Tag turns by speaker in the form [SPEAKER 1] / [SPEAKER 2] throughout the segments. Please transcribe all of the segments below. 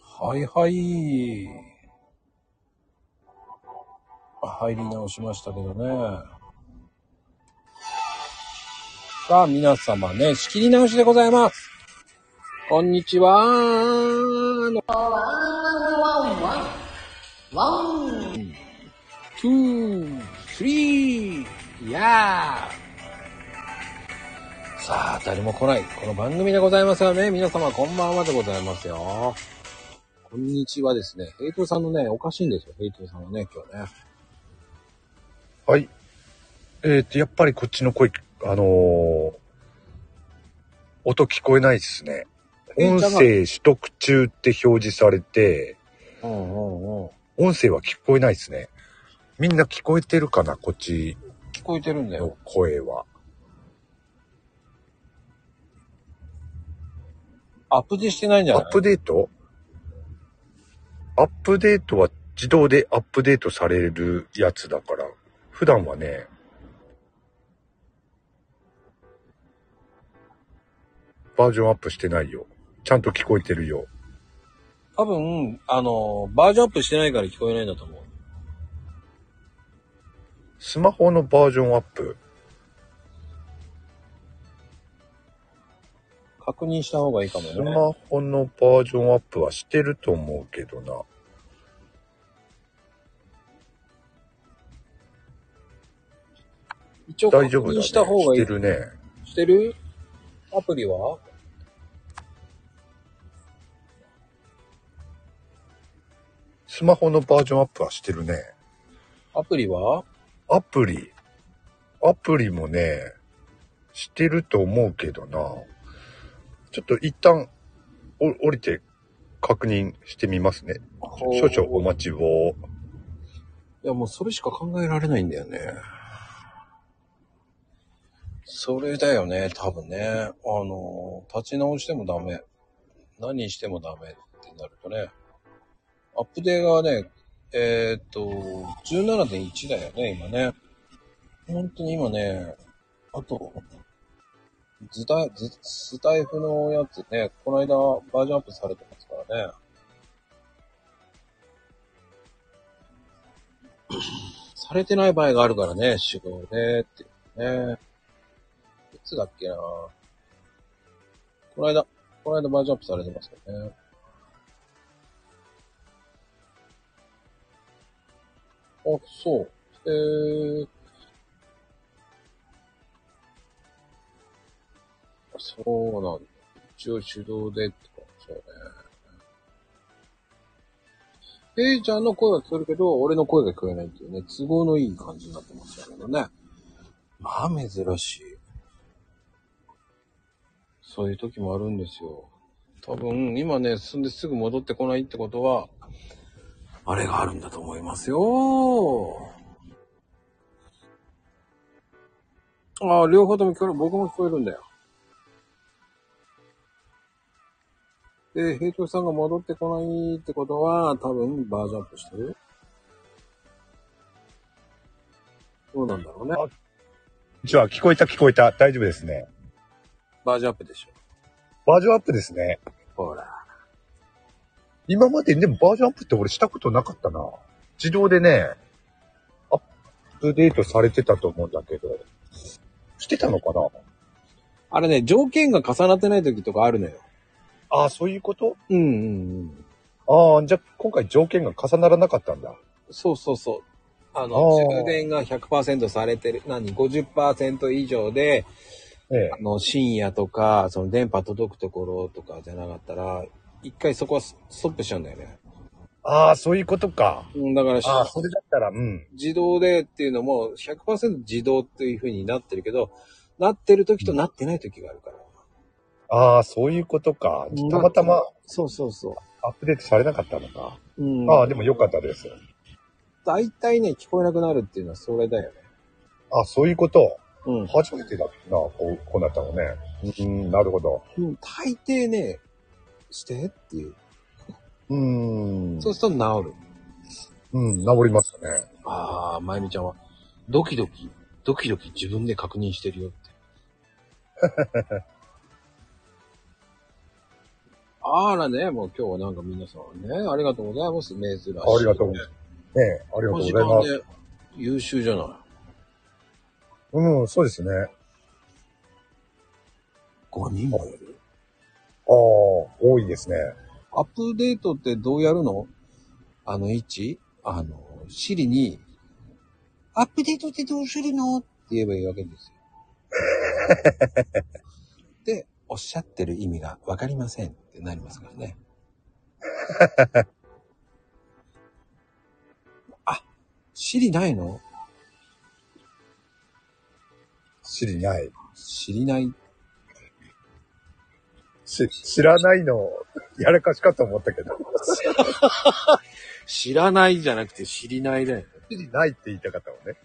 [SPEAKER 1] はいはい。入り直しましたけどね。さあ、皆様ね、仕切り直しでございます。こんにちはの、ツー、スリー、やー。さあ、誰も来ない。この番組でございますよね。皆様、こんばんはでございますよ。こんにちはですね。ヘイトさんのね、おかしいんですよ。ヘイトさんのね、今日ね。
[SPEAKER 2] はい。えー、と、やっぱりこっちの声、あのー音聞こえないですね。
[SPEAKER 1] え
[SPEAKER 2] 音
[SPEAKER 1] じゃあ
[SPEAKER 2] 声取得中って表示されて、
[SPEAKER 1] うんうんうん。
[SPEAKER 2] 音声は聞こえないですね。みんな聞こえてるかなこっち
[SPEAKER 1] 聞こえてるんだ
[SPEAKER 2] の
[SPEAKER 1] よ。
[SPEAKER 2] 声は。
[SPEAKER 1] アップデしてないんじゃ
[SPEAKER 2] ア
[SPEAKER 1] ない
[SPEAKER 2] ップデートアップデートは自動でアップデートされるやつだから、普段はね、バージョンアップしてないよ。ちゃんと聞こえてるよ。
[SPEAKER 1] 多分、あの、バージョンアップしてないから聞こえないんだと思う。
[SPEAKER 2] スマホのバージョンアップ。
[SPEAKER 1] 確認した方がいいかも
[SPEAKER 2] ス
[SPEAKER 1] ね。
[SPEAKER 2] マホのバージョンアップはしてると思うけどな。
[SPEAKER 1] 一応確
[SPEAKER 2] 大丈夫だ、
[SPEAKER 1] 認
[SPEAKER 2] ね。
[SPEAKER 1] した方がいい。
[SPEAKER 2] してるね。
[SPEAKER 1] してるアプリは
[SPEAKER 2] スマホのバージョンアップはしてるね。
[SPEAKER 1] アプリは
[SPEAKER 2] アプリ、アプリもね、してると思うけどな。ちょっと一旦、お降りて確認してみますね。少々お
[SPEAKER 1] い
[SPEAKER 2] 待ちを。
[SPEAKER 1] や、もうそれしか考えられないんだよね。それだよね、多分ね。あの、立ち直してもダメ。何してもダメってなるとね。アップデーがね、えーっと、17.1だよね、今ね。本当に今ね、あと、ズタズスタイフのやつね、この間バージョンアップされてますからね。されてない場合があるからね、手動でっていうね。いつだっけなこの間、この間バージョンアップされてますよね。あ、そう。えー。そうなんだ。一応手動でって感じだよね。えいちゃんの声は聞こえるけど、俺の声が聞こえないっていうね、都合のいい感じになってましたけどね。まあ珍しい。そういう時もあるんですよ。多分、今ね、進んですぐ戻ってこないってことは、あれがあるんだと思いますよ。ああ、両方とも聞こえる。僕も聞こえるんだよ。で、平等さんが戻ってこないってことは、多分バージョンアップしてるどうなんだろうね。
[SPEAKER 2] じゃあ、聞こえた聞こえた。大丈夫ですね。
[SPEAKER 1] バージョンアップでしょ。
[SPEAKER 2] バージョンアップですね。
[SPEAKER 1] ほら。
[SPEAKER 2] 今まででもバージョンアップって俺したことなかったな。自動でね、アップデートされてたと思うんだけど。してたのかな
[SPEAKER 1] あれね、条件が重なってない時とかあるのよ。
[SPEAKER 2] ああ、そういうこと
[SPEAKER 1] うんうんうん。
[SPEAKER 2] ああ、じゃあ今回条件が重ならなかったんだ。
[SPEAKER 1] そうそうそう。あの、
[SPEAKER 2] あー
[SPEAKER 1] 終電が100%されてる、何、50%以上で、
[SPEAKER 2] ええ
[SPEAKER 1] あ。の、深夜とか、その電波届くところとかじゃなかったら、一回そこはスストップしちゃうんだよね。
[SPEAKER 2] ああ、そういうことか。
[SPEAKER 1] うん、だからし、
[SPEAKER 2] ああ、それだったら、うん。
[SPEAKER 1] 自動でっていうのも100%自動っていう風になってるけど、なってる時となってない時があるから。
[SPEAKER 2] ああ、そういうことか。たまたま
[SPEAKER 1] そうそうそ
[SPEAKER 2] アップデートされなかったのか。
[SPEAKER 1] う。うん。
[SPEAKER 2] ああ、でもよかったです。
[SPEAKER 1] 大体ね、聞こえなくなるっていうのはそれだよね。
[SPEAKER 2] ああ、そういうこと。
[SPEAKER 1] うん。
[SPEAKER 2] 初めてだな、こう、こうなったのね。うん、なるほど。
[SPEAKER 1] うん、大抵ね、してっていう。
[SPEAKER 2] うーん。
[SPEAKER 1] そうすると治る。
[SPEAKER 2] うん、治りますね。
[SPEAKER 1] ああ、まゆみちゃんは、ドキドキ、ドキドキ自分で確認してるよって。 あらね、もう今日はなんか皆さんね、ありがとうございます。珍しい、ね。
[SPEAKER 2] ありがとうございます。ねえ、ありがとうござい
[SPEAKER 1] す。
[SPEAKER 2] ます。
[SPEAKER 1] 優秀じゃない。
[SPEAKER 2] うん、そうですね。あ
[SPEAKER 1] 5人もいる。
[SPEAKER 2] あ、多いですね。
[SPEAKER 1] アップデートってどうやるのあの1、あの、シリに、アップデートってどうするのって言えばいいわけです よ。で、おっしゃってる意味がわかりませんってなりますから ね。あ、シリないの
[SPEAKER 2] 知りない。
[SPEAKER 1] 知りない。
[SPEAKER 2] し、知らないの、やらかしかと思ったけど。
[SPEAKER 1] 知らないじゃなくて知りないだよ。
[SPEAKER 2] 知りないって言いたかったのね。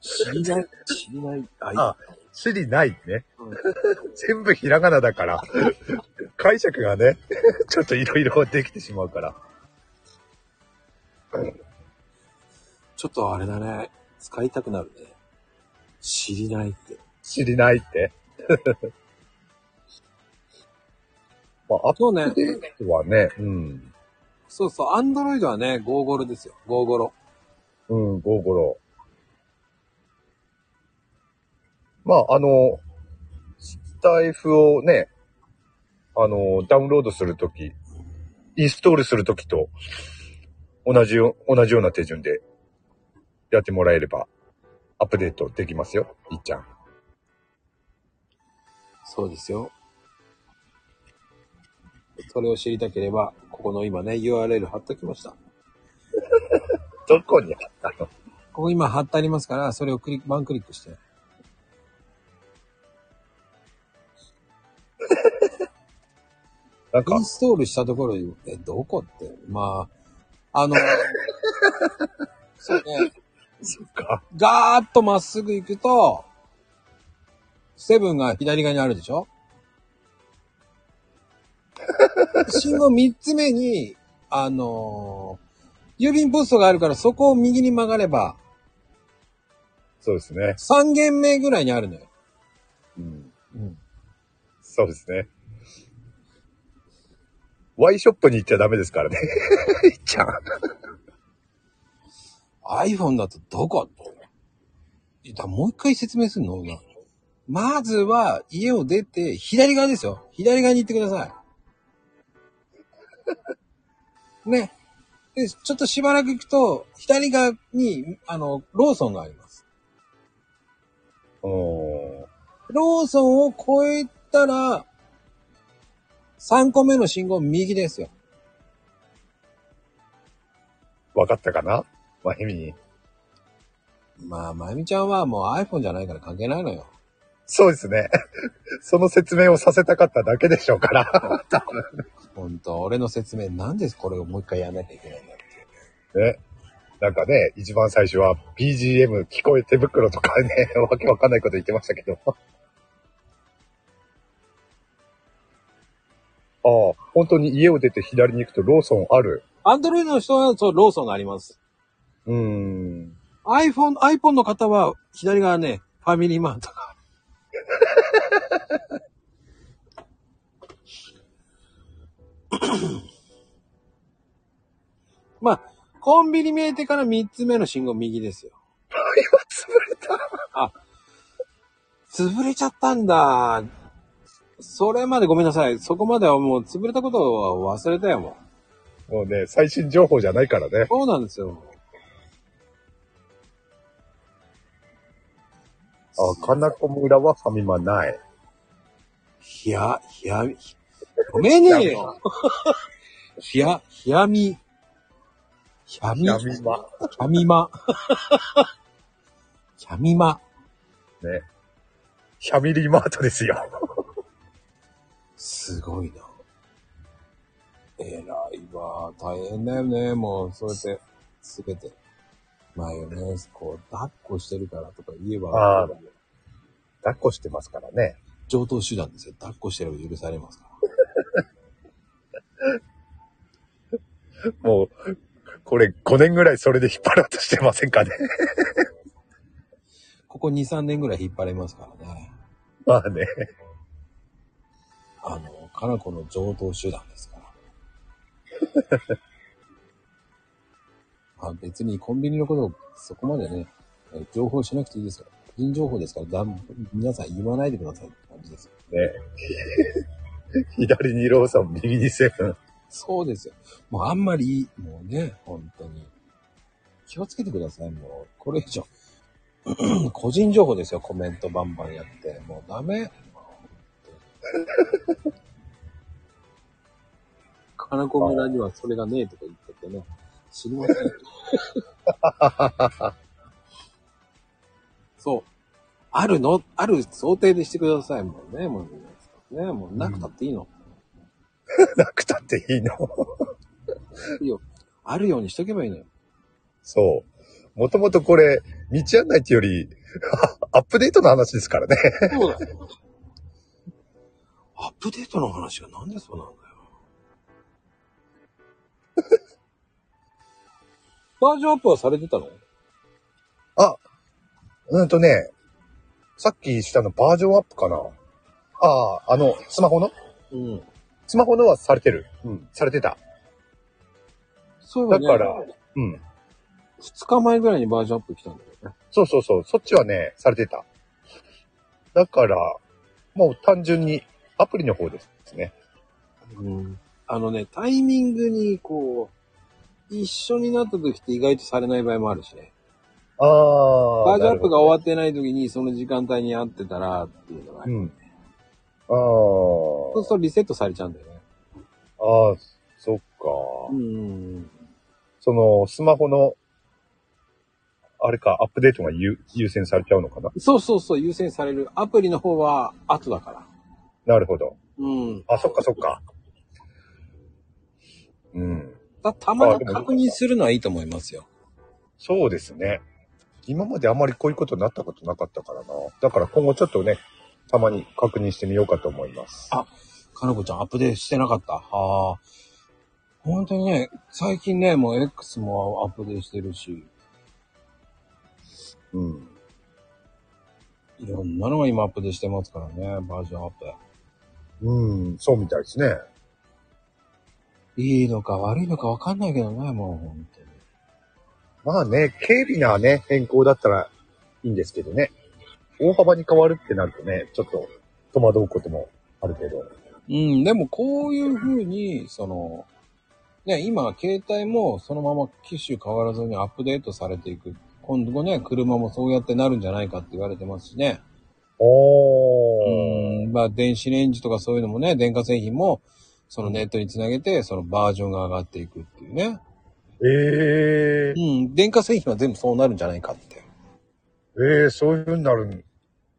[SPEAKER 1] 知りない、知りない。
[SPEAKER 2] あ知りないね。
[SPEAKER 1] うん
[SPEAKER 2] 全部ひらがなだから。解釈がね、ちょっといろいろできてしまうから。
[SPEAKER 1] ちょっとあれだね。使いたくなるね。知りないって。
[SPEAKER 2] 知りないって。 まあ、アッ
[SPEAKER 1] そうね。
[SPEAKER 2] プはね、うん。
[SPEAKER 1] そうそう。アンドロイドはね、ゴーゴロですよ。ゴーゴロ。
[SPEAKER 2] うん、ゴーゴロ。まあ、あの、スタイフをね、あの、ダウンロードするとき、インストールするときと、同じよ、同じような手順で、やってもらえれば、アップデートできますよ、いっちゃん。
[SPEAKER 1] そうですよ。それを知りたければ、ここの今ね、URL 貼っときました。
[SPEAKER 2] どこにあったの
[SPEAKER 1] ここ今貼ってありますから、それをクリック、ワンクリックして。
[SPEAKER 2] なん
[SPEAKER 1] イ
[SPEAKER 2] か
[SPEAKER 1] ン、ストールしたところに、え、どこって。まあ、あの、そうね。
[SPEAKER 2] そっか。
[SPEAKER 1] ガーッとまっすぐ行くと、セブンが左側にあるでしょ信号三つ目に、あのー郵便ポストがあるからそこを右に曲がれば、
[SPEAKER 2] そうですね。
[SPEAKER 1] 三軒目ぐらいにあるのよ。
[SPEAKER 2] うん。
[SPEAKER 1] うん。
[SPEAKER 2] そうですね。ワイショップに行っちゃダメですからね。いっちゃん。
[SPEAKER 1] iPhone だとどこいやもう一回説明するのなまずは家を出て左側ですよ。左側に行ってください。 ね。で、ちょっとしばらく行くと、左側に、あの、ローソンがあります。
[SPEAKER 2] おー
[SPEAKER 1] ローソンを越えたら、3個目の信号右ですよ。
[SPEAKER 2] わかったかなまひみ。
[SPEAKER 1] まあ、まゆみちゃんはもう iPhone じゃないから関係ないのよ。
[SPEAKER 2] そうですね。 その説明をさせたかっただけでしょうから。
[SPEAKER 1] ほんと、俺の説明、なんでこれをもう一回やんなきゃいけないんだって。
[SPEAKER 2] ね。なんかね、一番最初は BGM 聞こえ手袋とかね、 わけわかんないこと言ってましたけど。 ああ、本当に家を出て左に行くとローソンある。
[SPEAKER 1] アンドロイドの人は、そう、ローソンがあります。
[SPEAKER 2] うーん。
[SPEAKER 1] iPhone、iPhone の方は、左側ね、ファミリーマートが。 まあ、コンビニ見えてから3つ目の信号右ですよ。
[SPEAKER 2] 今潰れた。
[SPEAKER 1] 潰れちゃったんだ。それまでごめんなさい。そこまではもう潰れたことは忘れたよ、もう。
[SPEAKER 2] もうね、最新情報じゃないからね。
[SPEAKER 1] そうなんですよ。
[SPEAKER 2] あ、かなこ村はファミマない。
[SPEAKER 1] ひや、ひやみ、読めねえよ。ひや、ひやみ、ひゃみ、ひ
[SPEAKER 2] ファミマ。
[SPEAKER 1] ゃみま。ひゃみま。
[SPEAKER 2] ね。ファミリーマートですよ。
[SPEAKER 1] すごいな。えらいわ。大変だよね。もう、そうやって、すべて。まあよね、こう、抱っこしてるからとか言えば
[SPEAKER 2] あ、抱っこしてますからね。
[SPEAKER 1] 上等手段ですよ。抱っこしてれば許されますから。
[SPEAKER 2] もう、これ5年ぐらいそれで引っ張ろうとしてませんかね。
[SPEAKER 1] ここ2、3年ぐらい引っ張れますからね。
[SPEAKER 2] まあね。
[SPEAKER 1] あの、必花子の上等手段ですから。あ別にコンビニのことをそこまでね、えー情報しなくていいですよ。個人情報ですから、だん皆さん言わないでくださいって感じですよ。
[SPEAKER 2] 左にローさん、右にセブン。
[SPEAKER 1] そうですよ。もうあんまりいい、もうね、本当に。気をつけてください、もう。これ以上。 個人情報ですよ、コメントバンバンやって。もうダメ。 金子村にはそれがねえとか言っててね。知りません。 そう。あるの、ある想定でしてください、もうね。もうね、もうなくたっていいの。
[SPEAKER 2] なくたっていいの。
[SPEAKER 1] いいよ。あるようにしとけばいいのよ。
[SPEAKER 2] そう。もともとこれ、道案内っていうより、 アップデートの話ですからね。
[SPEAKER 1] そうだよ。アップデートの話がなんでそうなんだよ。 バージョンアップはされてたの
[SPEAKER 2] うんとね、さっきしたのバージョンアップかな。ああ、あの、スマホの
[SPEAKER 1] うん。
[SPEAKER 2] スマホのはされてる。うん、されてた。
[SPEAKER 1] そういえばね、
[SPEAKER 2] だからうん。
[SPEAKER 1] 2日前ぐらいにバージョンアップ来たんだよね。
[SPEAKER 2] そうそうそう、そっちはね、されてた。だから、もう単純にアプリの方ですね。
[SPEAKER 1] うん。あのね、タイミングにこう、一緒になった時って意外とされない場合もあるしね。
[SPEAKER 2] ああ。
[SPEAKER 1] バージョンアップが
[SPEAKER 2] なるほど
[SPEAKER 1] 終わってない時にその時間帯に会ってたらっていうのが、
[SPEAKER 2] うん。
[SPEAKER 1] そうするとリセットされちゃうんだよね。
[SPEAKER 2] ああ。ああ、そっか。
[SPEAKER 1] うん。
[SPEAKER 2] その、スマホの、あれか、アップデートが優優先されちゃうのかな。
[SPEAKER 1] そうそうそう、優先される。アプリの方は後だから。
[SPEAKER 2] なるほど。
[SPEAKER 1] うん。
[SPEAKER 2] あ、そっかそっか。うん。
[SPEAKER 1] たたま
[SPEAKER 2] あ
[SPEAKER 1] に
[SPEAKER 2] でも
[SPEAKER 1] 確認するのはいいと思いますよ。
[SPEAKER 2] そうですね。今まであまりこういうことになったことなかったからな。だから今後ちょっとね、たまに確認してみようかと思います。
[SPEAKER 1] あかなこちゃんアップデートしてなかった。はあ。本当にね、最近ね、もう X もアップデートしてるし、
[SPEAKER 2] うん。
[SPEAKER 1] いろんなのが今アップデートしてますからね、バージョンアッ
[SPEAKER 2] うん、そうみたいですね。
[SPEAKER 1] プ。いいのか悪いのかわかんないけどね、もう本当に。
[SPEAKER 2] まあね、軽微なね、変更だったらいいんですけどね。大幅に変わるってなるとね、ちょっと戸惑うこともあるけど。
[SPEAKER 1] うん、でもこういう風に、その、ね、今、携帯もそのまま機種変わらずにアップデートされていく。今後ね、車もそうやってなるんじゃないかって言われてますしね。
[SPEAKER 2] おー。
[SPEAKER 1] うん、まあ、電子レンジとかそういうのもね、電化製品も、そのネットにつなげて、そのバージョンが上がっていくっていうね。
[SPEAKER 2] ええ
[SPEAKER 1] うん、電化製品は全部そうなるんじゃないかって。
[SPEAKER 2] ええそういう風になる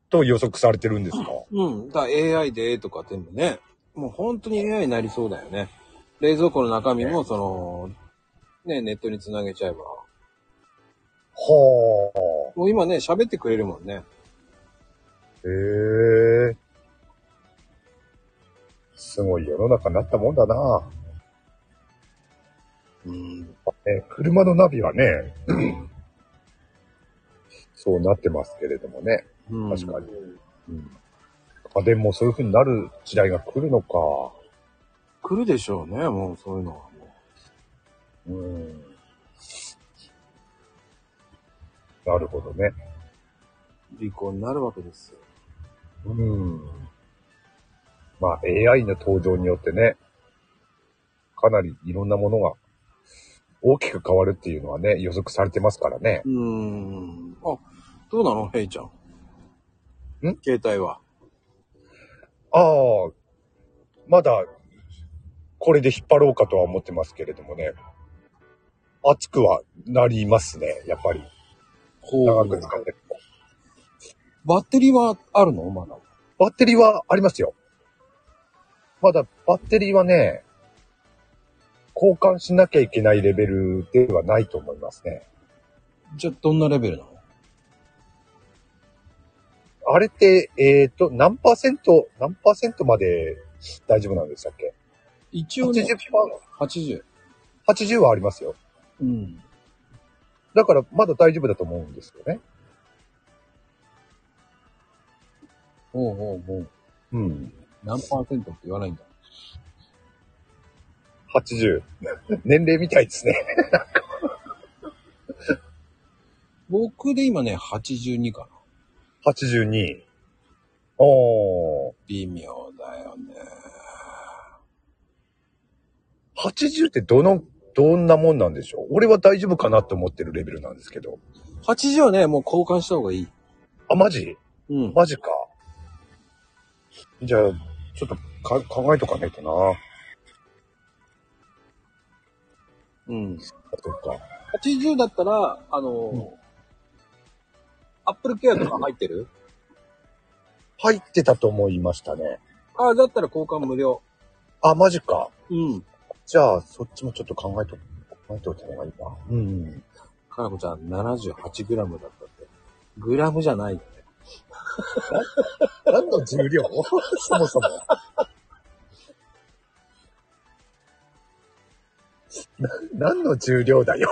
[SPEAKER 2] と予測されてるんですか。
[SPEAKER 1] うん。だから AI でとか全部ね、もう本当に AI になりそうだよね。冷蔵庫の中身も、その、ね、ネットにつなげちゃえば。
[SPEAKER 2] は
[SPEAKER 1] もう今ね、喋ってくれるもんね。
[SPEAKER 2] あ。ええすごい世の中になったもんだな。
[SPEAKER 1] うん。
[SPEAKER 2] ね、車のナビはね、そうなってますけれどもね。確かに。
[SPEAKER 1] うん
[SPEAKER 2] 家電もそういう風になる時代が来るのか。
[SPEAKER 1] 来るでしょうね、もうそういうのはも
[SPEAKER 2] うん。なるほどね。
[SPEAKER 1] う。離婚になるわけですよ。
[SPEAKER 2] うん。まあ AI の登場によってね、かなりいろんなものが大きく変わるっていうのはね、予測されてますからね。
[SPEAKER 1] うーん。あ、どうなのヘイちゃん。
[SPEAKER 2] ん
[SPEAKER 1] 携帯は。
[SPEAKER 2] ああ、まだこれで引っ張ろうかとは思ってますけれどもね。熱くはなりますね、やっぱり。
[SPEAKER 1] ほ
[SPEAKER 2] 長
[SPEAKER 1] う
[SPEAKER 2] く使って。
[SPEAKER 1] バッテリーはあるのまだ。
[SPEAKER 2] バッテリーはありますよ。まだバッテリーはね、交換しなきゃいけないレベルではないと思いますね。
[SPEAKER 1] じゃあ、どんなレベルなの
[SPEAKER 2] あれって、えっ、と、何パーセント、何パーセントまで大丈夫なんでしたっけ
[SPEAKER 1] 一応
[SPEAKER 2] ?80
[SPEAKER 1] ね、
[SPEAKER 2] パー、
[SPEAKER 1] 80。
[SPEAKER 2] 80はありますよ。
[SPEAKER 1] うん。
[SPEAKER 2] だからまだ大丈夫だと思うんですよね。
[SPEAKER 1] ほうほうほう。
[SPEAKER 2] うん。
[SPEAKER 1] 何パーセントって言わないんだ。
[SPEAKER 2] 80。年 齢みたいですね。
[SPEAKER 1] 僕で今ね、82かな。
[SPEAKER 2] 82。おー。
[SPEAKER 1] 微妙だよね。
[SPEAKER 2] 80ってどの、どんなもんなんでしょう俺は大丈夫かなって思ってるレベルなんですけど。
[SPEAKER 1] 80はね、もう交換した方がいい。
[SPEAKER 2] あ、マジ
[SPEAKER 1] うん。
[SPEAKER 2] マジか。じゃあ、ちょっとか考えとかないとな。
[SPEAKER 1] うん。
[SPEAKER 2] そっか。
[SPEAKER 1] 80だったら、あの、
[SPEAKER 2] う
[SPEAKER 1] アップルケアとか入ってる
[SPEAKER 2] 入ってたと思いましたね。
[SPEAKER 1] ああ、だったら交換無料。
[SPEAKER 2] あ、マジか。
[SPEAKER 1] うん。
[SPEAKER 2] じゃあ、そっちもちょっと考えと、考えておいた方がいいな。うん。
[SPEAKER 1] かなこちゃん、78g だったって。グラムじゃないって。
[SPEAKER 2] 何の重量 そもそ も。な何の重量だよ。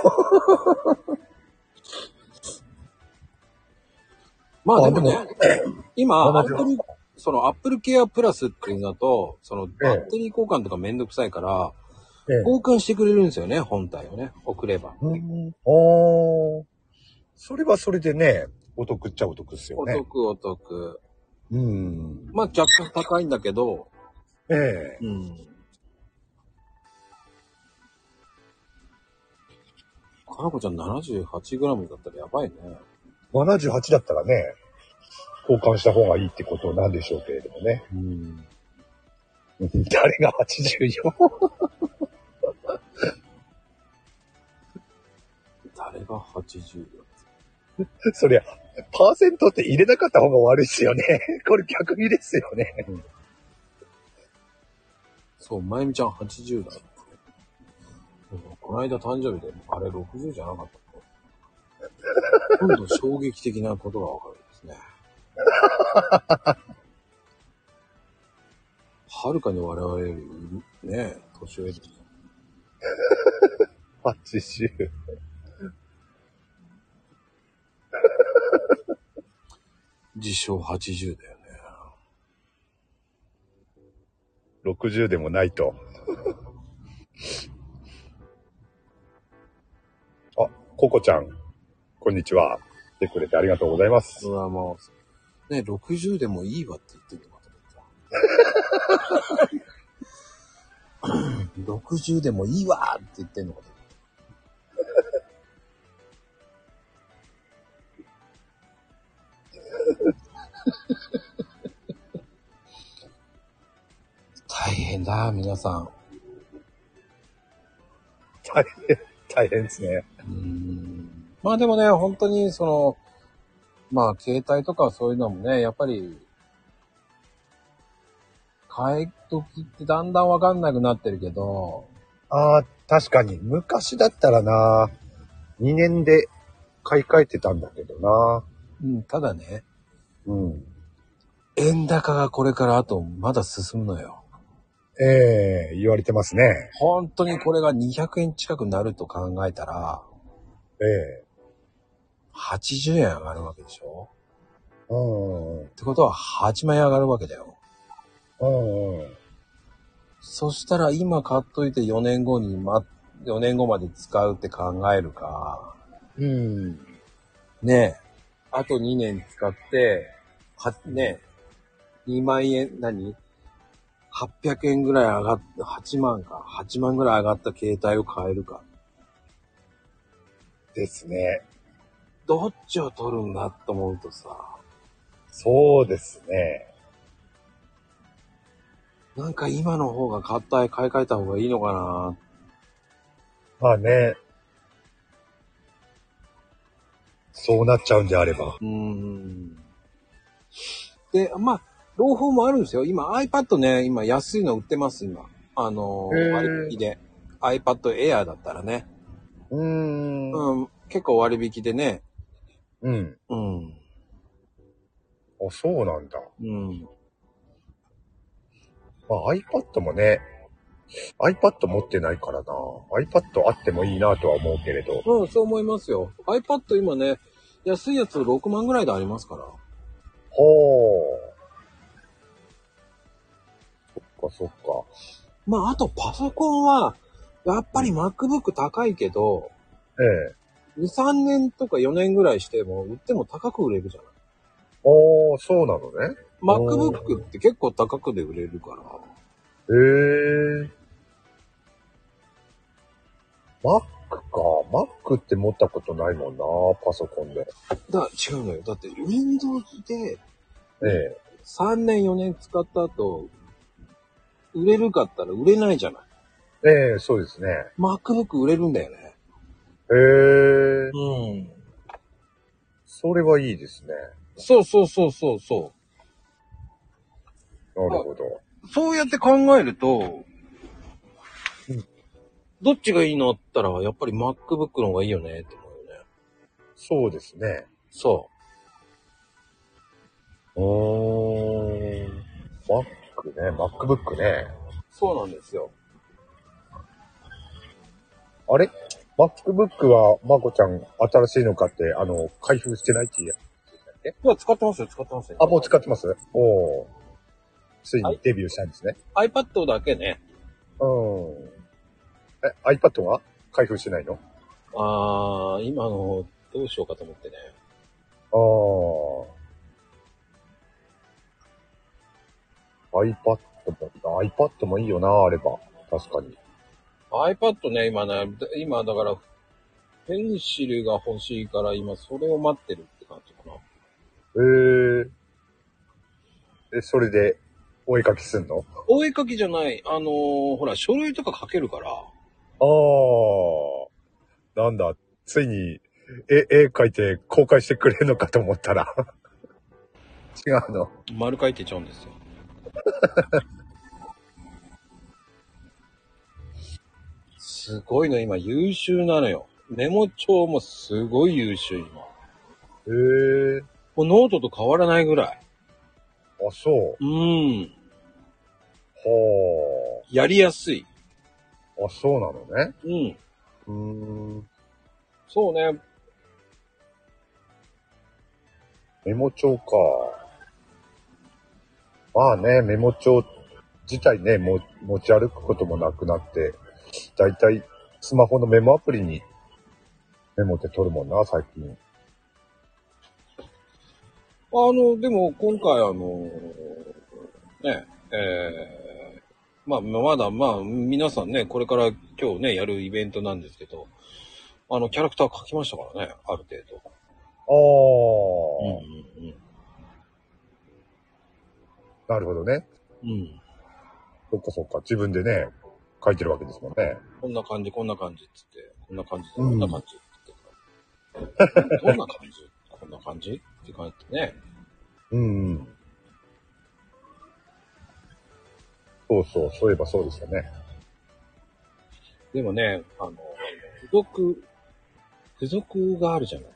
[SPEAKER 1] まあ
[SPEAKER 2] あ
[SPEAKER 1] でもね、 今、ア
[SPEAKER 2] 70
[SPEAKER 1] ップル、そのアップルケアプラスっていうのだと、その
[SPEAKER 2] え
[SPEAKER 1] バッテリー交換とかめんどくさいから、
[SPEAKER 2] ええ
[SPEAKER 1] 交換してくれるんですよね、本体をね、送れば。
[SPEAKER 2] うん、おーそれはそれでね、お得っちゃお得っすよ
[SPEAKER 1] お
[SPEAKER 2] ね。
[SPEAKER 1] 得お得。
[SPEAKER 2] うん。
[SPEAKER 1] まあ若干高いんだけど、
[SPEAKER 2] ええ
[SPEAKER 1] うん。かなこちゃん 78g だったらやばいね。
[SPEAKER 2] 78だったらね、交換した方がいいってことなんでしょうけれどもね。
[SPEAKER 1] うん。
[SPEAKER 2] 誰が84。
[SPEAKER 1] 誰が80
[SPEAKER 2] そりゃ、パーセントって入れなかった方が悪いっすよね。 これ逆にですよね。
[SPEAKER 1] そう、まゆみちゃん80だって。うんこの間誕生日で、あれ60じゃなかったの今度衝撃的なことがわかるんですね。はるかに我々より、ね、年上です。
[SPEAKER 2] 80。
[SPEAKER 1] 自称80だよね。
[SPEAKER 2] 60でもないと。 あ、ココちゃん、こんにちは。来てくれてありがとうございます
[SPEAKER 1] う。わ、もう、ね、60でもいいわって言ってるのかと思った。60でもいいわって言ってんのかと思った。大変だ、皆さん。
[SPEAKER 2] 大変、大変ですね。
[SPEAKER 1] うんまあでもね、本当にその、まあ携帯とかそういうのもね、やっぱり、買い時ってだんだんわかんなくなってるけど、
[SPEAKER 2] ああ、確かに。昔だったらな、2年で買い替えてたんだけどな。
[SPEAKER 1] うん、ただね、
[SPEAKER 2] うん。
[SPEAKER 1] 円高がこれからあとまだ進むのよ。
[SPEAKER 2] ええ言われてますね。
[SPEAKER 1] 本当にこれが200円近くなると考えたら、
[SPEAKER 2] ええ
[SPEAKER 1] 80円上がるわけでしょ
[SPEAKER 2] うんう
[SPEAKER 1] っ
[SPEAKER 2] ん
[SPEAKER 1] てことは8万円上がるわけだよ。
[SPEAKER 2] うんうん。
[SPEAKER 1] そしたら今買っといて4年後にま、4年後まで使うって考えるか、
[SPEAKER 2] うん。
[SPEAKER 1] ねえ、あと2年使って、は、ねえ、2万円、何 ?800 円ぐらい上がっ、8万か、8万ぐらい上がった携帯を買えるか。
[SPEAKER 2] ですね。
[SPEAKER 1] どっちを取るんだと思うとさ、
[SPEAKER 2] そうですね。
[SPEAKER 1] なんか今の方が買った、買い替えた方がいいのかな
[SPEAKER 2] まあね。そうなっちゃうんであれば。
[SPEAKER 1] うーん。で、まあ、朗報もあるんですよ。今 iPad ね、今安いの売ってます、今。あの
[SPEAKER 2] へ
[SPEAKER 1] ー、
[SPEAKER 2] ー
[SPEAKER 1] 割引で。iPad Air だったらね。
[SPEAKER 2] うーんうん。
[SPEAKER 1] うん、結構割引でね。
[SPEAKER 2] うん。
[SPEAKER 1] うん。
[SPEAKER 2] あ、そうなんだ。
[SPEAKER 1] うん。
[SPEAKER 2] まあ iPad もね、iPad 持ってないからな。iPad あってもいいなとは思うけれど。
[SPEAKER 1] うん、そう思いますよ。iPad 今ね、安いやつ6万ぐらいでありますから。
[SPEAKER 2] ほう。かそっか。
[SPEAKER 1] まあ、あとパソコンは、やっぱり MacBook 高いけど、
[SPEAKER 2] ええ。
[SPEAKER 1] 2、3年とか4年ぐらいしても、売っても高く売れるじゃない。
[SPEAKER 2] おー、そうなのね。おー
[SPEAKER 1] MacBook って結構高くで売れるから。
[SPEAKER 2] ええ。Mac か。Mac って持ったことないもんな、パソコンで。
[SPEAKER 1] だ、違うのよ。だって、Windows で
[SPEAKER 2] ええ。
[SPEAKER 1] 3年4年使った後、売れるかったら売れないじゃない。
[SPEAKER 2] ええ、そうですね。
[SPEAKER 1] MacBook 売れるんだよね。
[SPEAKER 2] ええ。
[SPEAKER 1] うん。
[SPEAKER 2] それはいいですね。
[SPEAKER 1] そうそうそうそうそ
[SPEAKER 2] なるほど。
[SPEAKER 1] う。そうやって考えると
[SPEAKER 2] うん、
[SPEAKER 1] どっちがいいのって言ったら、やっぱり MacBook の方がいいよねって思うよね。
[SPEAKER 2] そうですね。
[SPEAKER 1] そう
[SPEAKER 2] ーん。Mac ね、MacBook ね。
[SPEAKER 1] う。そうなんですよ。
[SPEAKER 2] あれ ?MacBook は、まこちゃん、新しいの買って、あの、開封してないって言うやつだっけ
[SPEAKER 1] いや、使ってますよ、使ってますよ。
[SPEAKER 2] あ、もう使ってますおおー。つい
[SPEAKER 1] は
[SPEAKER 2] に
[SPEAKER 1] い
[SPEAKER 2] デビューしたんですね。
[SPEAKER 1] iPad だけね。
[SPEAKER 2] うん。え、iPad は開封してないの
[SPEAKER 1] あー、今の、どうしようかと思ってね。
[SPEAKER 2] ああ。iPad も、iPad もいいよな、あれば。確かに。
[SPEAKER 1] iPad ね、今ね、今だから、ペンシルが欲しいから今それを待ってるって感じかな。
[SPEAKER 2] ええ。え、それで、お絵かきすんの
[SPEAKER 1] お絵かきじゃない、あのーほら、書類とか書けるから、
[SPEAKER 2] ああ。なんだ、ついに、え、絵描いて公開してくれるのかと思ったら。 違うの。
[SPEAKER 1] 丸書いてちゃうんですよ。すごいの、今優秀なのよ。メモ帳もすごい優秀、今。も
[SPEAKER 2] へえ。
[SPEAKER 1] うノートと変わらないぐらい。
[SPEAKER 2] あ、そう。
[SPEAKER 1] うん。
[SPEAKER 2] は
[SPEAKER 1] やりやすい。
[SPEAKER 2] あ。あ、そうなのね。
[SPEAKER 1] うん。
[SPEAKER 2] うーん。
[SPEAKER 1] そうね。
[SPEAKER 2] メモ帳か。まあね、メモ帳自体ね、も持ち歩くこともなくなって、だいたいスマホのメモアプリにメモって取るもんな、最近。
[SPEAKER 1] あの、でも今回あの、ね、えー、まあ、まだまあ、皆さんね、これから今日ね、やるイベントなんですけど、あの、キャラクター描きましたからね、ある程度。
[SPEAKER 2] ああ、
[SPEAKER 1] うんうん
[SPEAKER 2] なるほどね。
[SPEAKER 1] うん。うん。
[SPEAKER 2] そっかそっか。自分でね、書いてるわけですもんね。
[SPEAKER 1] こんな感じ、こんな感じっつって、こんな感じ、
[SPEAKER 2] うん
[SPEAKER 1] こんな感じっつって。どんな感じこんな感じって感じでね。
[SPEAKER 2] うん、うん。そうそう、そういえばそうですよね。
[SPEAKER 1] でもね、あの、付属、付属があるじゃない。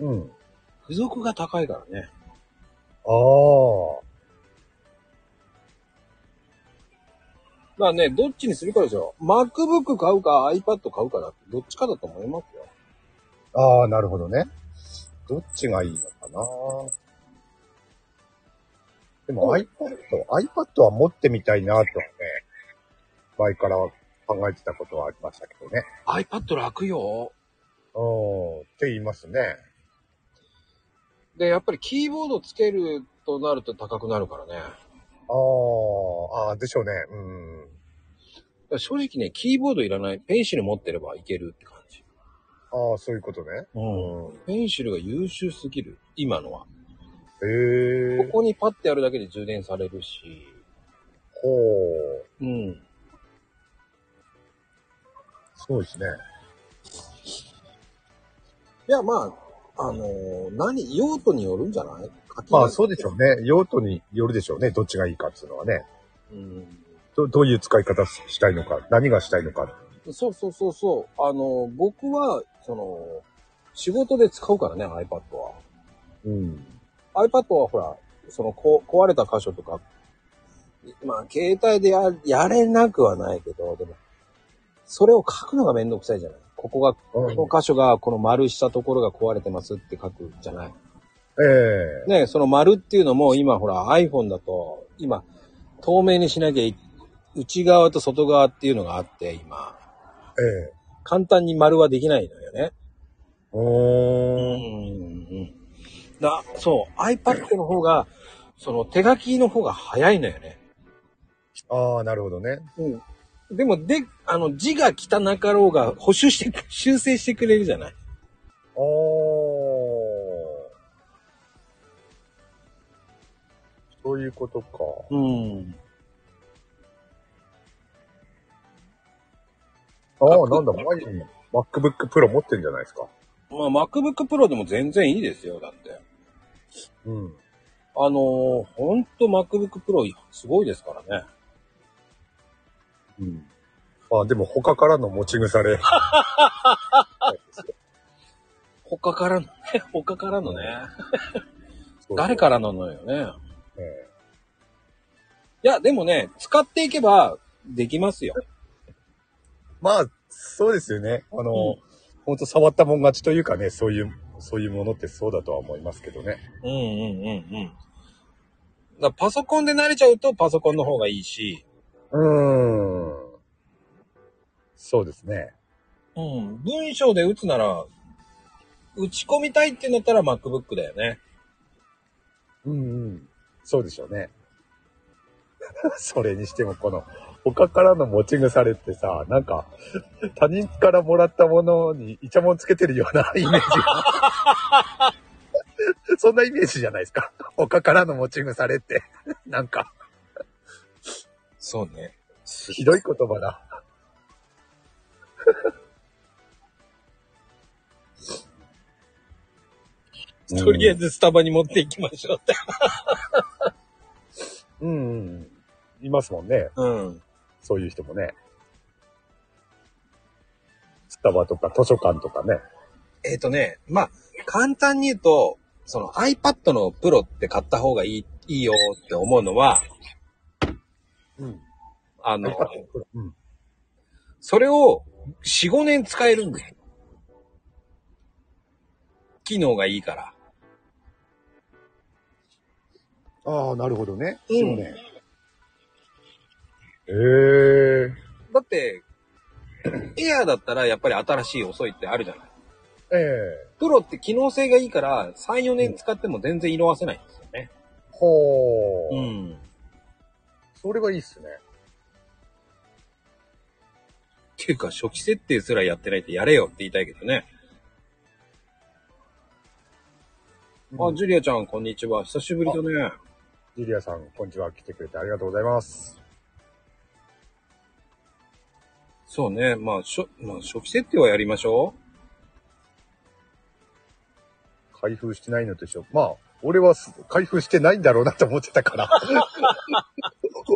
[SPEAKER 2] うん。
[SPEAKER 1] 付属が高いからね。
[SPEAKER 2] ああ。
[SPEAKER 1] まあね、どっちにするかですよ。MacBook 買うか iPad 買うかだって、どっちかだと思いますよ。
[SPEAKER 2] ああ、なるほどね。どっちがいいのかな。でも iPad、iPad は持ってみたいなとはね、前から考えてたことはありましたけどね。
[SPEAKER 1] iPad 楽よ。
[SPEAKER 2] うん、って言いますね。
[SPEAKER 1] で、やっぱりキーボードつけるとなると高くなるからね。
[SPEAKER 2] ああ、ああ、でしょうね。うん。
[SPEAKER 1] だから正直ね、キーボードいらない。ペンシル持ってればいけるって感じ。
[SPEAKER 2] ああ、そういうことね。うん。
[SPEAKER 1] ペンシルが優秀すぎる。今のは。
[SPEAKER 2] ええ
[SPEAKER 1] ここにパッてやるだけで充電されるし。
[SPEAKER 2] ほう。
[SPEAKER 1] うん。
[SPEAKER 2] そうですね。
[SPEAKER 1] いや、まあ、あのー何、用途によるんじゃない書き
[SPEAKER 2] まあ、そうでしょ
[SPEAKER 1] う。
[SPEAKER 2] うね。用途によるでしょうね。どっちがいいかっていうのはね。
[SPEAKER 1] うん。
[SPEAKER 2] どどういう使い方ししたいのか、何がしたいのか。
[SPEAKER 1] そうそうそうそう。あの、僕は、その、仕事で使うからね、iPad は。
[SPEAKER 2] うん。
[SPEAKER 1] iPad はほら、その、こ壊れた箇所とか、まあ、携帯でややれなくはないけど、でも、それを書くのがめんどくさいじゃないここが、
[SPEAKER 2] うん
[SPEAKER 1] この箇所が、この丸したところが壊れてますって書くじゃない
[SPEAKER 2] ええ
[SPEAKER 1] ね、その丸っていうのも今ほら iPhone だと、今、透明にしなきゃい内側と外側っていうのがあって、今。
[SPEAKER 2] ええ。
[SPEAKER 1] 簡単に丸はできないのよね。う
[SPEAKER 2] おー。
[SPEAKER 1] ん。だ、そう、iPad の方が、その手書きの方が早いのよね。
[SPEAKER 2] ああ、なるほどね。
[SPEAKER 1] うん。でも、で、あの、字が汚かろうが補修して、修正してくれるじゃない。
[SPEAKER 2] おー。そういうことか。
[SPEAKER 1] うん。
[SPEAKER 2] ああ、なんだ、前に MacBook Pro 持ってるんじゃないですか。
[SPEAKER 1] まあ、MacBook Pro でも全然いいですよ、だって。
[SPEAKER 2] うん。
[SPEAKER 1] あのー、ほんと MacBook Pro すごいですからね。
[SPEAKER 2] うん。ああ、でも他からの持ち腐れ。
[SPEAKER 1] 他からのね、 他からのね、
[SPEAKER 2] そう
[SPEAKER 1] 誰からなのよね。
[SPEAKER 2] ええ
[SPEAKER 1] いや、でもね、使っていけばできますよ。
[SPEAKER 2] まあ、そうですよね。あの、
[SPEAKER 1] うん
[SPEAKER 2] ほんと触ったもん勝ちというかね、そういう、そういうものってそうだとは思いますけどね。
[SPEAKER 1] うんうんうんうん。だからパソコンで慣れちゃうとパソコンの方がいいし、
[SPEAKER 2] うーん。そうですね。
[SPEAKER 1] うん、文章で打つなら、打ち込みたいってなったら MacBook だよね。
[SPEAKER 2] うんうん。そうでしょうね。 それにしてもこの、他からの持ち腐れってさ、なんか、他人からもらったものにイチャモンつけてるような イメージが。そんなイメージじゃないですか。他からの持ち腐れって。なんか、
[SPEAKER 1] そうね。
[SPEAKER 2] ひどい言葉だ。うん
[SPEAKER 1] とりあえずスタバに持っていきましょうって。
[SPEAKER 2] うんうん。いますもんね。
[SPEAKER 1] うん。
[SPEAKER 2] そういう人もね。スタバとか図書館とかね。
[SPEAKER 1] えっ、とね、まあ、簡単に言うと、その iPad の Pro って買った方がいい、いいよって思うのは、
[SPEAKER 2] うん。
[SPEAKER 1] あの、
[SPEAKER 2] うん。
[SPEAKER 1] それを4、5年使えるんですよ。機能がいいから。
[SPEAKER 2] ああ、なるほどね。
[SPEAKER 1] うん
[SPEAKER 2] そうね。ええ
[SPEAKER 1] だって、エアーだったらやっぱり新しい遅いってあるじゃない。
[SPEAKER 2] ええ
[SPEAKER 1] プロって機能性がいいから3、4年使っても全然色褪せないんですよね。
[SPEAKER 2] ほう、
[SPEAKER 1] ん。
[SPEAKER 2] それはいいっすね。
[SPEAKER 1] っていうか初期設定すらやってないってやれよって言いたいけどね。あ、ジュリアちゃんこんにちは。久しぶりだね。
[SPEAKER 2] ジュリアさん、こんにちは。来てくれてありがとうございます。
[SPEAKER 1] そうね。まあ、しょ、まあ、初期設定はやりましょ
[SPEAKER 2] 開封してないのと一緒。まあ、俺はす開封してないんだろうなと思ってた から。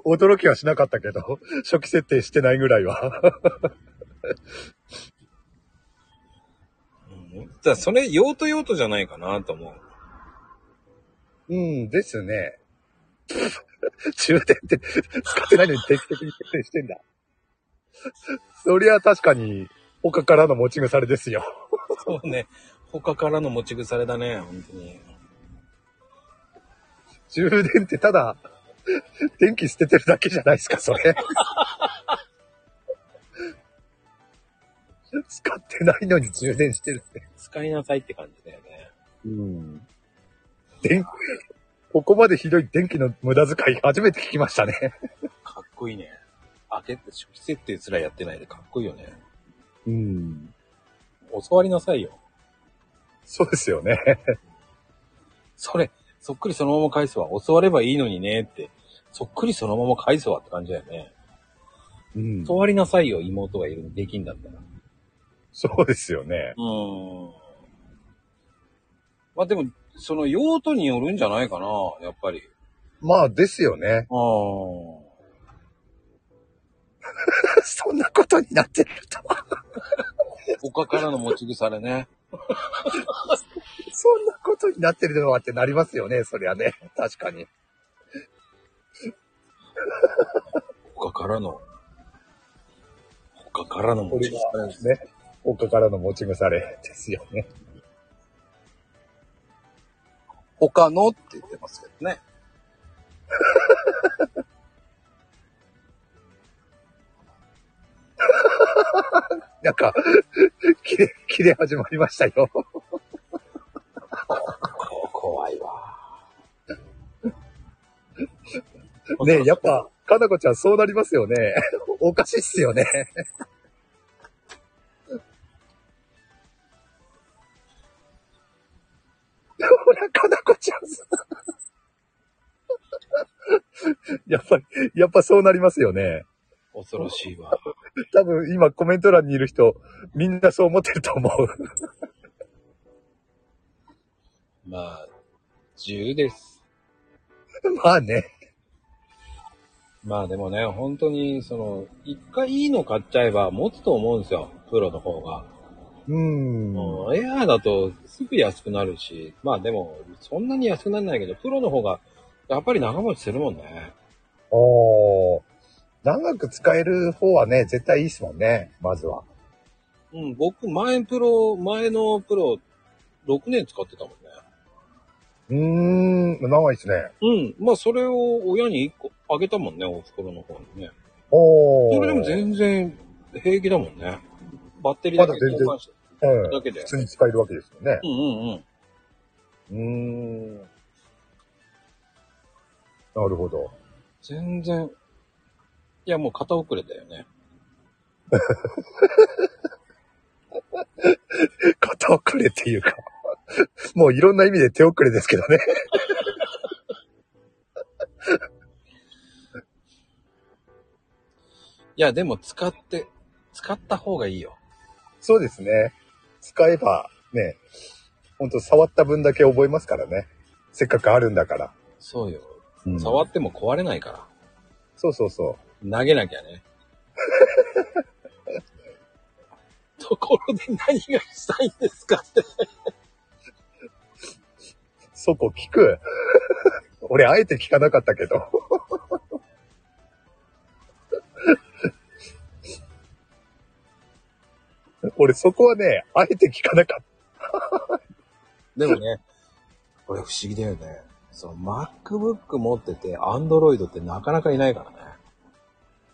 [SPEAKER 2] 驚きはしなかったけど、初期設定してないぐらいは。
[SPEAKER 1] う。うん。だからそれ用途用途じゃないかなと思う。
[SPEAKER 2] うん、ですね。 充電って使ってないのに定期的に設定してんだ。そりゃ確かに、他からの持ち腐れですよ。
[SPEAKER 1] そうね。 他からの持ち腐れだね、本当に。
[SPEAKER 2] 充電ってただ、電気捨ててるだけじゃないですか、それ。使ってないのに充電してるって。
[SPEAKER 1] 使いなさいって感じだよね。
[SPEAKER 2] うん。電ここまでひどい電気の無駄遣い初めて聞きましたね。
[SPEAKER 1] かっこいいね。開けて、初期設定すらやってないでかっこいいよね。
[SPEAKER 2] うん。
[SPEAKER 1] 教わりなさいよ。
[SPEAKER 2] そうですよね。
[SPEAKER 1] それ、そっくりそのまま返すわ。教わればいいのにねって。そっくりそのまま返すわって感じだよね。
[SPEAKER 2] うん
[SPEAKER 1] 教わりなさいよ、妹がいるできんだったら。う
[SPEAKER 2] そうですよね。
[SPEAKER 1] ーん。まあでも、その用途によるんじゃないかな、やっぱり。
[SPEAKER 2] まあ、ですよね。
[SPEAKER 1] ああ。
[SPEAKER 2] そんなことになってるとは。
[SPEAKER 1] 他からの持ち腐れね。
[SPEAKER 2] そんなことになってるのはってなりますよね、そりゃね。確かに。
[SPEAKER 1] 他からの。他からの持ち腐れですね。
[SPEAKER 2] ね。他からの持ち腐れですよね。
[SPEAKER 1] 他のって言ってますけどね。
[SPEAKER 2] なんか、 切れ、切れ始まりましたよ。
[SPEAKER 1] こ怖いわ。
[SPEAKER 2] ねえ、やっぱ、かなこちゃんそうなりますよね。 おかしいっすよね。 ほら、かなこちゃんさ。 やっぱり、やっぱそうなりますよね。
[SPEAKER 1] 恐ろしいわ。
[SPEAKER 2] 多分今コメント欄にいる人、みんなそう思ってると思う。
[SPEAKER 1] まあ、自由です。
[SPEAKER 2] まあね。
[SPEAKER 1] まあでもね、本当に、その、一回いいの買っちゃえば持つと思うんですよ。プロの方が。
[SPEAKER 2] うーん。
[SPEAKER 1] もうエアーだとすぐ安くなるし、まあでも、そんなに安くならないけど、プロの方が、やっぱり長持ちするもんね。
[SPEAKER 2] おー長く使える方はね、絶対いいっすもんね。まずは。
[SPEAKER 1] うん、僕、前プロ、前のプロ、6年使ってたもんね。
[SPEAKER 2] うーん、長いっすね。
[SPEAKER 1] うん。まあ、それを親に1個あげたもんね、お袋の方にね。
[SPEAKER 2] おー
[SPEAKER 1] それでも全然平気だもんね。バッテリー
[SPEAKER 2] ま
[SPEAKER 1] だ
[SPEAKER 2] だ
[SPEAKER 1] け
[SPEAKER 2] 全然
[SPEAKER 1] 交換して、
[SPEAKER 2] うん。
[SPEAKER 1] だけで
[SPEAKER 2] 普。通に使えるわけですよね。
[SPEAKER 1] うんうんうん。
[SPEAKER 2] うーん。なるほど。
[SPEAKER 1] 全然。いや、もう片遅れだよね。
[SPEAKER 2] 片遅れっていうか、 もういろんな意味で手遅れですけどね。
[SPEAKER 1] いや、でも使って、使った方がいいよ。
[SPEAKER 2] そうですね。使えば、ね、ほんと触った分だけ覚えますからね。せっかくあるんだから。
[SPEAKER 1] そうよ。
[SPEAKER 2] うん
[SPEAKER 1] 触っても壊れないから。
[SPEAKER 2] そうそうそ
[SPEAKER 1] 投げなきゃ ね。ところで何がしたいんですかって。
[SPEAKER 2] う。そこ聞く。 俺、あえて聞かなかったけど。 俺、そこはね、あえて聞かなかっ
[SPEAKER 1] でもね、これ不思議だよね。そう、MacBook 持ってて、Android ってなかなかいないからね。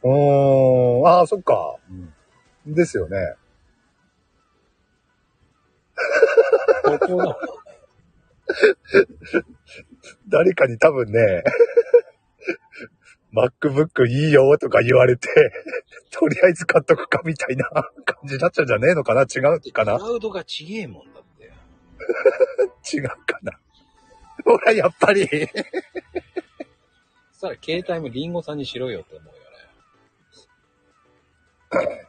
[SPEAKER 2] た。うーん。ああ、そっか。
[SPEAKER 1] うん。
[SPEAKER 2] ですよね。
[SPEAKER 1] そ こだ。
[SPEAKER 2] 誰かに多分ね、MacBook いいよとか言われて、 とりあえず買っとくかみたいな 感じになっちゃうんじゃねえのかな違うかな
[SPEAKER 1] クラウドがちげえもんだって。
[SPEAKER 2] 違うかな ほら、やっぱり。
[SPEAKER 1] そしたら携帯もリンゴさんにしろよって思うよね。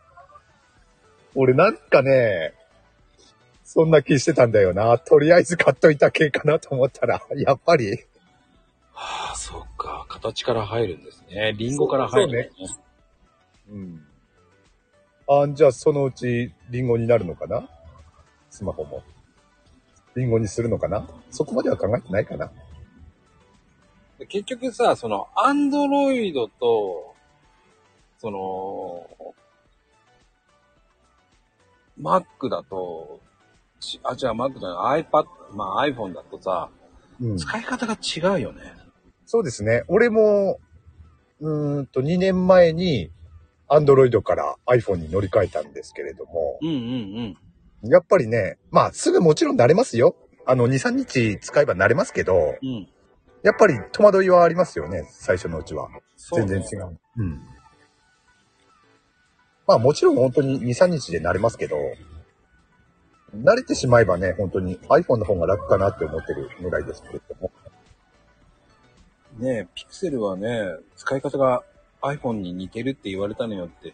[SPEAKER 2] 俺なんかね、そんな気してたんだよな。とりあえず買っといた系かなと思ったら、 やっぱり、
[SPEAKER 1] はあ、そっか。形から入るんですね。リンゴから入るんですね。
[SPEAKER 2] うん。あん、じゃあそのうち、リンゴになるのかなスマホも。リンゴにするのかなそこまでは考えてないかな
[SPEAKER 1] で結局さ、その、アンドロイドと、その、Mac だと、ちあ、違う、Mac じゃない、iPad、まあ iPhone だとさ、
[SPEAKER 2] うん。
[SPEAKER 1] 使い方が違うよね。
[SPEAKER 2] そうですね。俺も、うーんと、2年前に、アンドロイドから iPhone に乗り換えたんですけれども、
[SPEAKER 1] うんうん
[SPEAKER 2] やっぱりね、まあ、すぐもちろん慣れますよ。あの、2、3日使えば慣れますけど、
[SPEAKER 1] うん。うん。
[SPEAKER 2] やっぱり戸惑いはありますよね、最初のうちは。
[SPEAKER 1] そう
[SPEAKER 2] 全
[SPEAKER 1] ね
[SPEAKER 2] 然違う。うん。まあ、もちろん本当に2、3日で慣れますけど、慣れてしまえばね、本当に iPhone の方が楽かなって思ってるぐらいですけれども。
[SPEAKER 1] ねえ、ピクセルはね、使い方が iPhone に似てるって言われたのよって、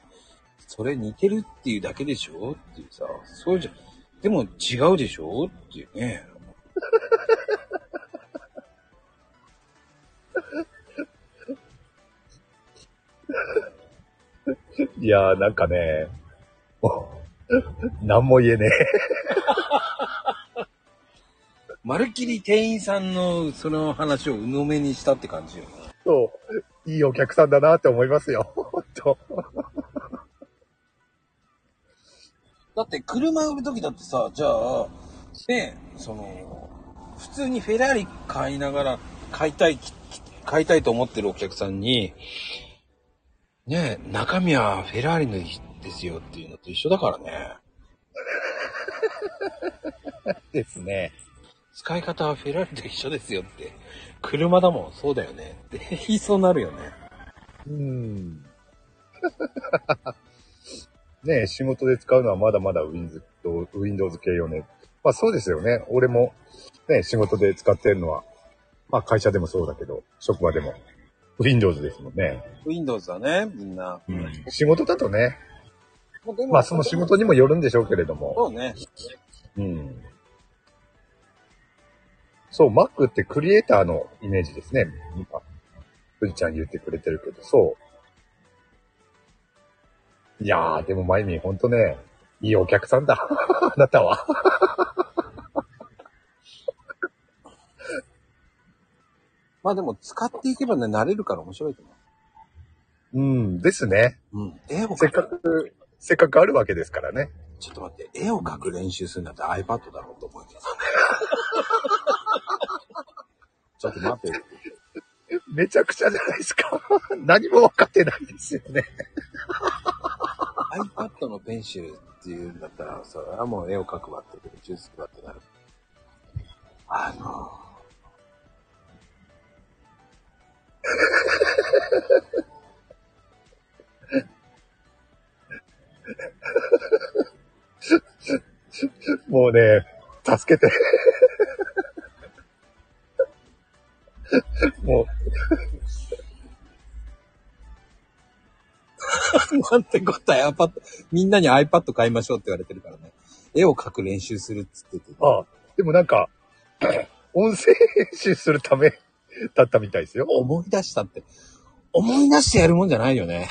[SPEAKER 1] それ似てるっていうだけでしょっていうさ、そうじゃ、でも違うでしょっていうね。
[SPEAKER 2] いやー、なんか ね、もうなんも言えねえ。
[SPEAKER 1] まるっきり店員さんのその話を鵜呑めにしたって感じよね。
[SPEAKER 2] そう、いいお客さんだなって思いますよ。ほんと。
[SPEAKER 1] だって車売る時だってさ、じゃあ、ねえ、その、普通にフェラーリ買いながら、買いたい、きき買いたいと思ってるお客さんに、ねえ、中身はフェラーリのですよっていうのと一緒だからね。
[SPEAKER 2] ですね。
[SPEAKER 1] 使い方はフェラーリと一緒ですよって。車だもん、そうだよね。って言いそうになるよね。
[SPEAKER 2] うん。 ねえ仕事で使うのはまだまだ Windows, Windows 系よね。まあそうですよね。俺もねえ仕事で使ってるのは、まあ会社でもそうだけど、職場でも Windows ですもんね。
[SPEAKER 1] Windows だね、みんな。
[SPEAKER 2] 仕事だとね、
[SPEAKER 1] もうでも
[SPEAKER 2] まあその仕事にもよるんでしょうけれども。
[SPEAKER 1] そうね。
[SPEAKER 2] うん。そう、Mac ってクリエイターのイメージですね。今、ふじちゃん言ってくれてるけど、そう。いやー、でもまゆみん、ほんとね、いいお客さんだ。 あなたは。
[SPEAKER 1] まあでも使っていけばね、慣れるから面白いと思
[SPEAKER 2] うん、ですね。
[SPEAKER 1] う。うん。絵を
[SPEAKER 2] せ
[SPEAKER 1] 描
[SPEAKER 2] っか
[SPEAKER 1] く。
[SPEAKER 2] く、せっかくあるわけですからね。
[SPEAKER 1] ちょっと待って、絵を描く練習するんだって iPad だろうと思うけど。 ちょっと待って。
[SPEAKER 2] めちゃくちゃじゃないですか。 何もわかってないですよね。
[SPEAKER 1] iPad のペンシルっていうんだったら、それはもう絵を描くわって、ジュースくわってなる。あの、
[SPEAKER 2] もうね、助けて。 も
[SPEAKER 1] なんてことは iPad、みんなに iPad 買いましょうって言われてるからね。絵を描く練習するっつってて、
[SPEAKER 2] う、ああ、でもなんか、 音声編集するため だったみたいですよ。
[SPEAKER 1] 思い出したって。思い出してやるもんじゃないよね。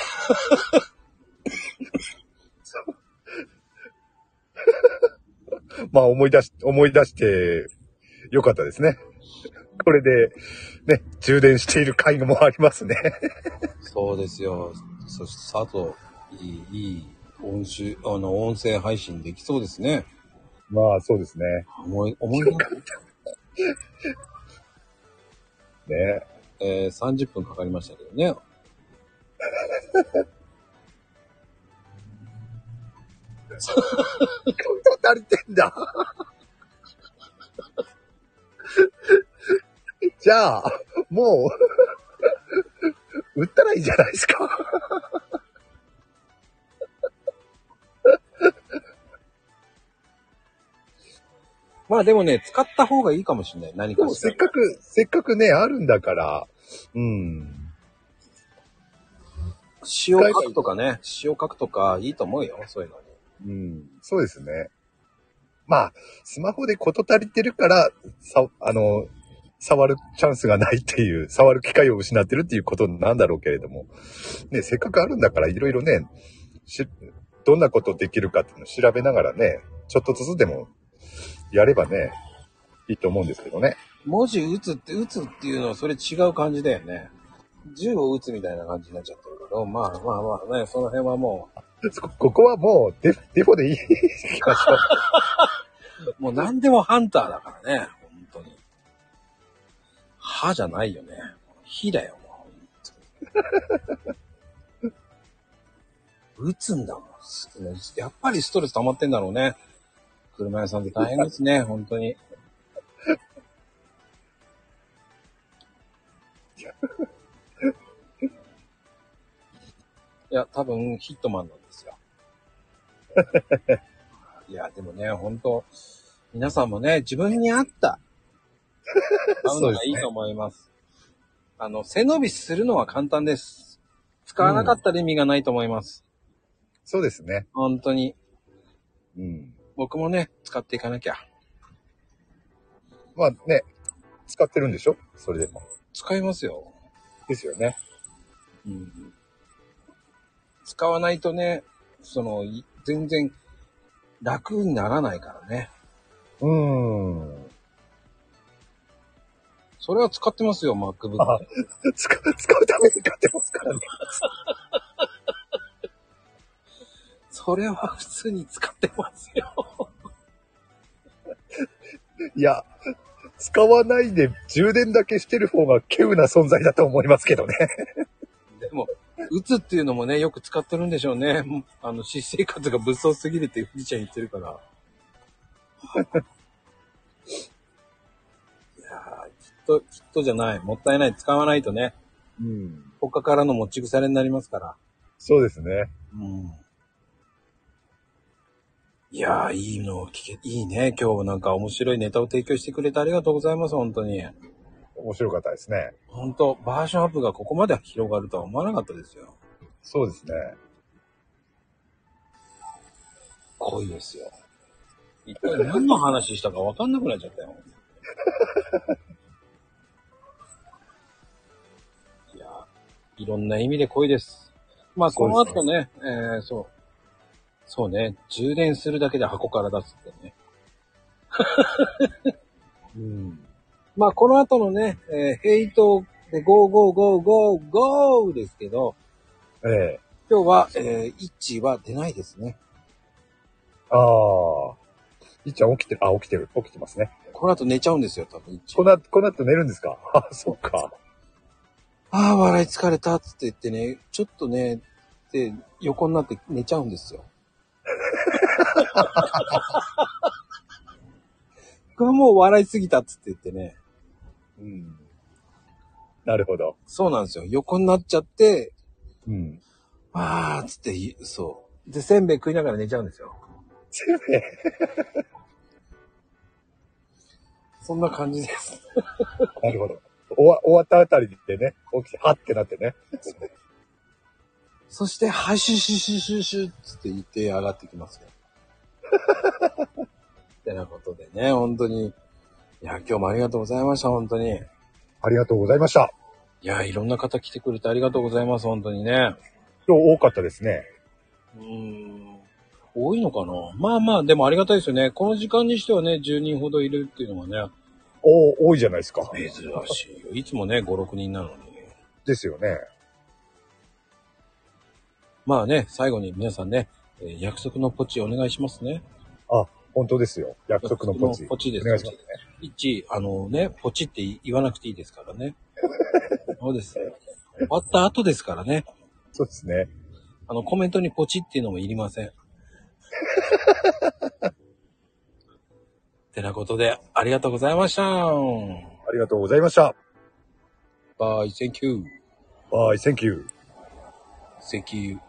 [SPEAKER 2] まあ思い出し、思い出してよかったですね。これで、ね、充電している回もありますね。
[SPEAKER 1] そうですよ。そして、さと、いい、いい、音集、あの、音声配信できそうですね。
[SPEAKER 2] まあそうですね。
[SPEAKER 1] 思い、思い出
[SPEAKER 2] よ、かった。ね
[SPEAKER 1] えー、30分かかりましたけどね。
[SPEAKER 2] こと足りてんだ。 じゃあ、もう、売ったらいいじゃないですか。
[SPEAKER 1] まあでもね、使った方がいいかもしれない。何
[SPEAKER 2] で
[SPEAKER 1] か
[SPEAKER 2] も
[SPEAKER 1] しら
[SPEAKER 2] せっ。かく、せっかくね、あるんだから、うん。
[SPEAKER 1] 詩を書くとかね、詩を書くとかいいと思うよ、そういうのに。
[SPEAKER 2] うん。そうですね。まあ、スマホでこと足りてるから、さ、あの、触るチャンスがないっていう、 触る機会を失ってるっていうことなんだろうけれども、ね、せっかくあるんだからいろいろね、し、どんなことできるかっていうのを調べながらね、ちょっとずつでもやればね、いいと思うんですけどね。
[SPEAKER 1] 文字打つって、打つっていうのはそれ違う感じだよね。銃を撃つみたいな感じになっちゃってるけど、まあまあまあね、その辺はも
[SPEAKER 2] こここはもうデフ、デフォでい い。行きましょう
[SPEAKER 1] う、もう何でもハンターだからね、本当に。歯じゃないよね。火だよ、もう。撃つんだもん。すやっぱりストレス溜まってんだろうね。車屋さんって大変です ね、本当に。いや、多分ヒットマンなん ですよ。いや、でもね、本当皆さんもね、自分に合った、買うのがいいと思います。あの、背伸びするのは簡単です。使わなかったら意味がないと思います。
[SPEAKER 2] そうですね。
[SPEAKER 1] 本当に。
[SPEAKER 2] うん。
[SPEAKER 1] 僕もね、使っていかなきゃ。
[SPEAKER 2] まあね、使ってるんでしょそれでも。
[SPEAKER 1] 使いますよ。
[SPEAKER 2] ですよね。
[SPEAKER 1] うん。使わないとね、その、い全然楽にならないからね。
[SPEAKER 2] うーん。
[SPEAKER 1] それは使ってますよ、MacBook。
[SPEAKER 2] あ使う、 使うために買ってますからね。
[SPEAKER 1] それは普通に使ってますよ。
[SPEAKER 2] いや、使わないで充電だけしてる方が稀有な存在だと思いますけどね。
[SPEAKER 1] でも、打つっていうのもね、よく使ってるんでしょうね。もうあの、私生活が物騒すぎるって富士ちゃん言ってる から。いやー、きっと、きっとじゃない。もったいない。使わないとね、
[SPEAKER 2] うん。
[SPEAKER 1] 他からの持ち腐れになりますから。
[SPEAKER 2] そうですね。
[SPEAKER 1] うん。いやー、いいのを聞け、いいね。今日なんか面白いネタを提供してくれてありがとうございます、本当に。
[SPEAKER 2] 面白かったですね。
[SPEAKER 1] 本当バージョンアップがここまで広がるとは思わなかったですよ。
[SPEAKER 2] そうですね。
[SPEAKER 1] 濃いですよ。一体何の話したか分かんなくなっちゃったよ。 いや、いろんな意味で濃いです。まあ、この後ね、えー、そう。そうね、充電するだけで箱から出すってね。
[SPEAKER 2] うん。
[SPEAKER 1] まあ、この後のね、えーヘイトでゴーゴーゴーゴーゴーですけど、
[SPEAKER 2] ええ
[SPEAKER 1] 今日は、えー、イッチは出ないですね。
[SPEAKER 2] ああ。いっちゃん起きてる、あ、起きてる、起きてますね。
[SPEAKER 1] この後寝ちゃうんですよ、多分、イッチ
[SPEAKER 2] こ。の後、この後寝るんですか あ、そっか。
[SPEAKER 1] ああ、笑い疲れたっつって言ってね、ちょっとね、で、横になって寝ちゃうんですよ。僕はもう笑いすぎたっつって言ってね、
[SPEAKER 2] うん。なるほど。
[SPEAKER 1] そうなんですよ。横になっちゃって、
[SPEAKER 2] うん。
[SPEAKER 1] あーっつって言う、そう。で、せんべい食いながら寝ちゃうんですよ。
[SPEAKER 2] せんべい
[SPEAKER 1] そんな感じです。
[SPEAKER 2] なるほど。終わ、終わったあたりでね、起きて、はってなってね。
[SPEAKER 1] そして、はい、シュシュシュシュシュっつって言って上がってきますよ。ってなことでね、本当に。いや、今日もありがとうございました、本当に。
[SPEAKER 2] ありがとうございました。
[SPEAKER 1] いやー、いろんな方来てくれてありがとうございます、本当にね。
[SPEAKER 2] 今日多かったですね。
[SPEAKER 1] うーん。多いのかなまあまあ、でもありがたいですよね。この時間にしてはね、10人ほどいるっていうのはね、
[SPEAKER 2] お多いじゃないですか。
[SPEAKER 1] 珍しいよ。いつもね、5、6人なのに。
[SPEAKER 2] ですよね。
[SPEAKER 1] まあね、最後に皆さんね、えー約束のポチお願いしますね。
[SPEAKER 2] 本当ですよ。約束のポチ。
[SPEAKER 1] ポチです。
[SPEAKER 2] お願いしますね。
[SPEAKER 1] 一、あのね、ポチって言わなくていいですから ね。そうです。終わった後ですからね。
[SPEAKER 2] そうですね。
[SPEAKER 1] あの、コメントにポチっていうのもいりません。てなことで、ありがとうございました。
[SPEAKER 2] ありがとうございました。
[SPEAKER 1] バイ、センキュー、
[SPEAKER 2] Bye, thank you.
[SPEAKER 1] センキュー。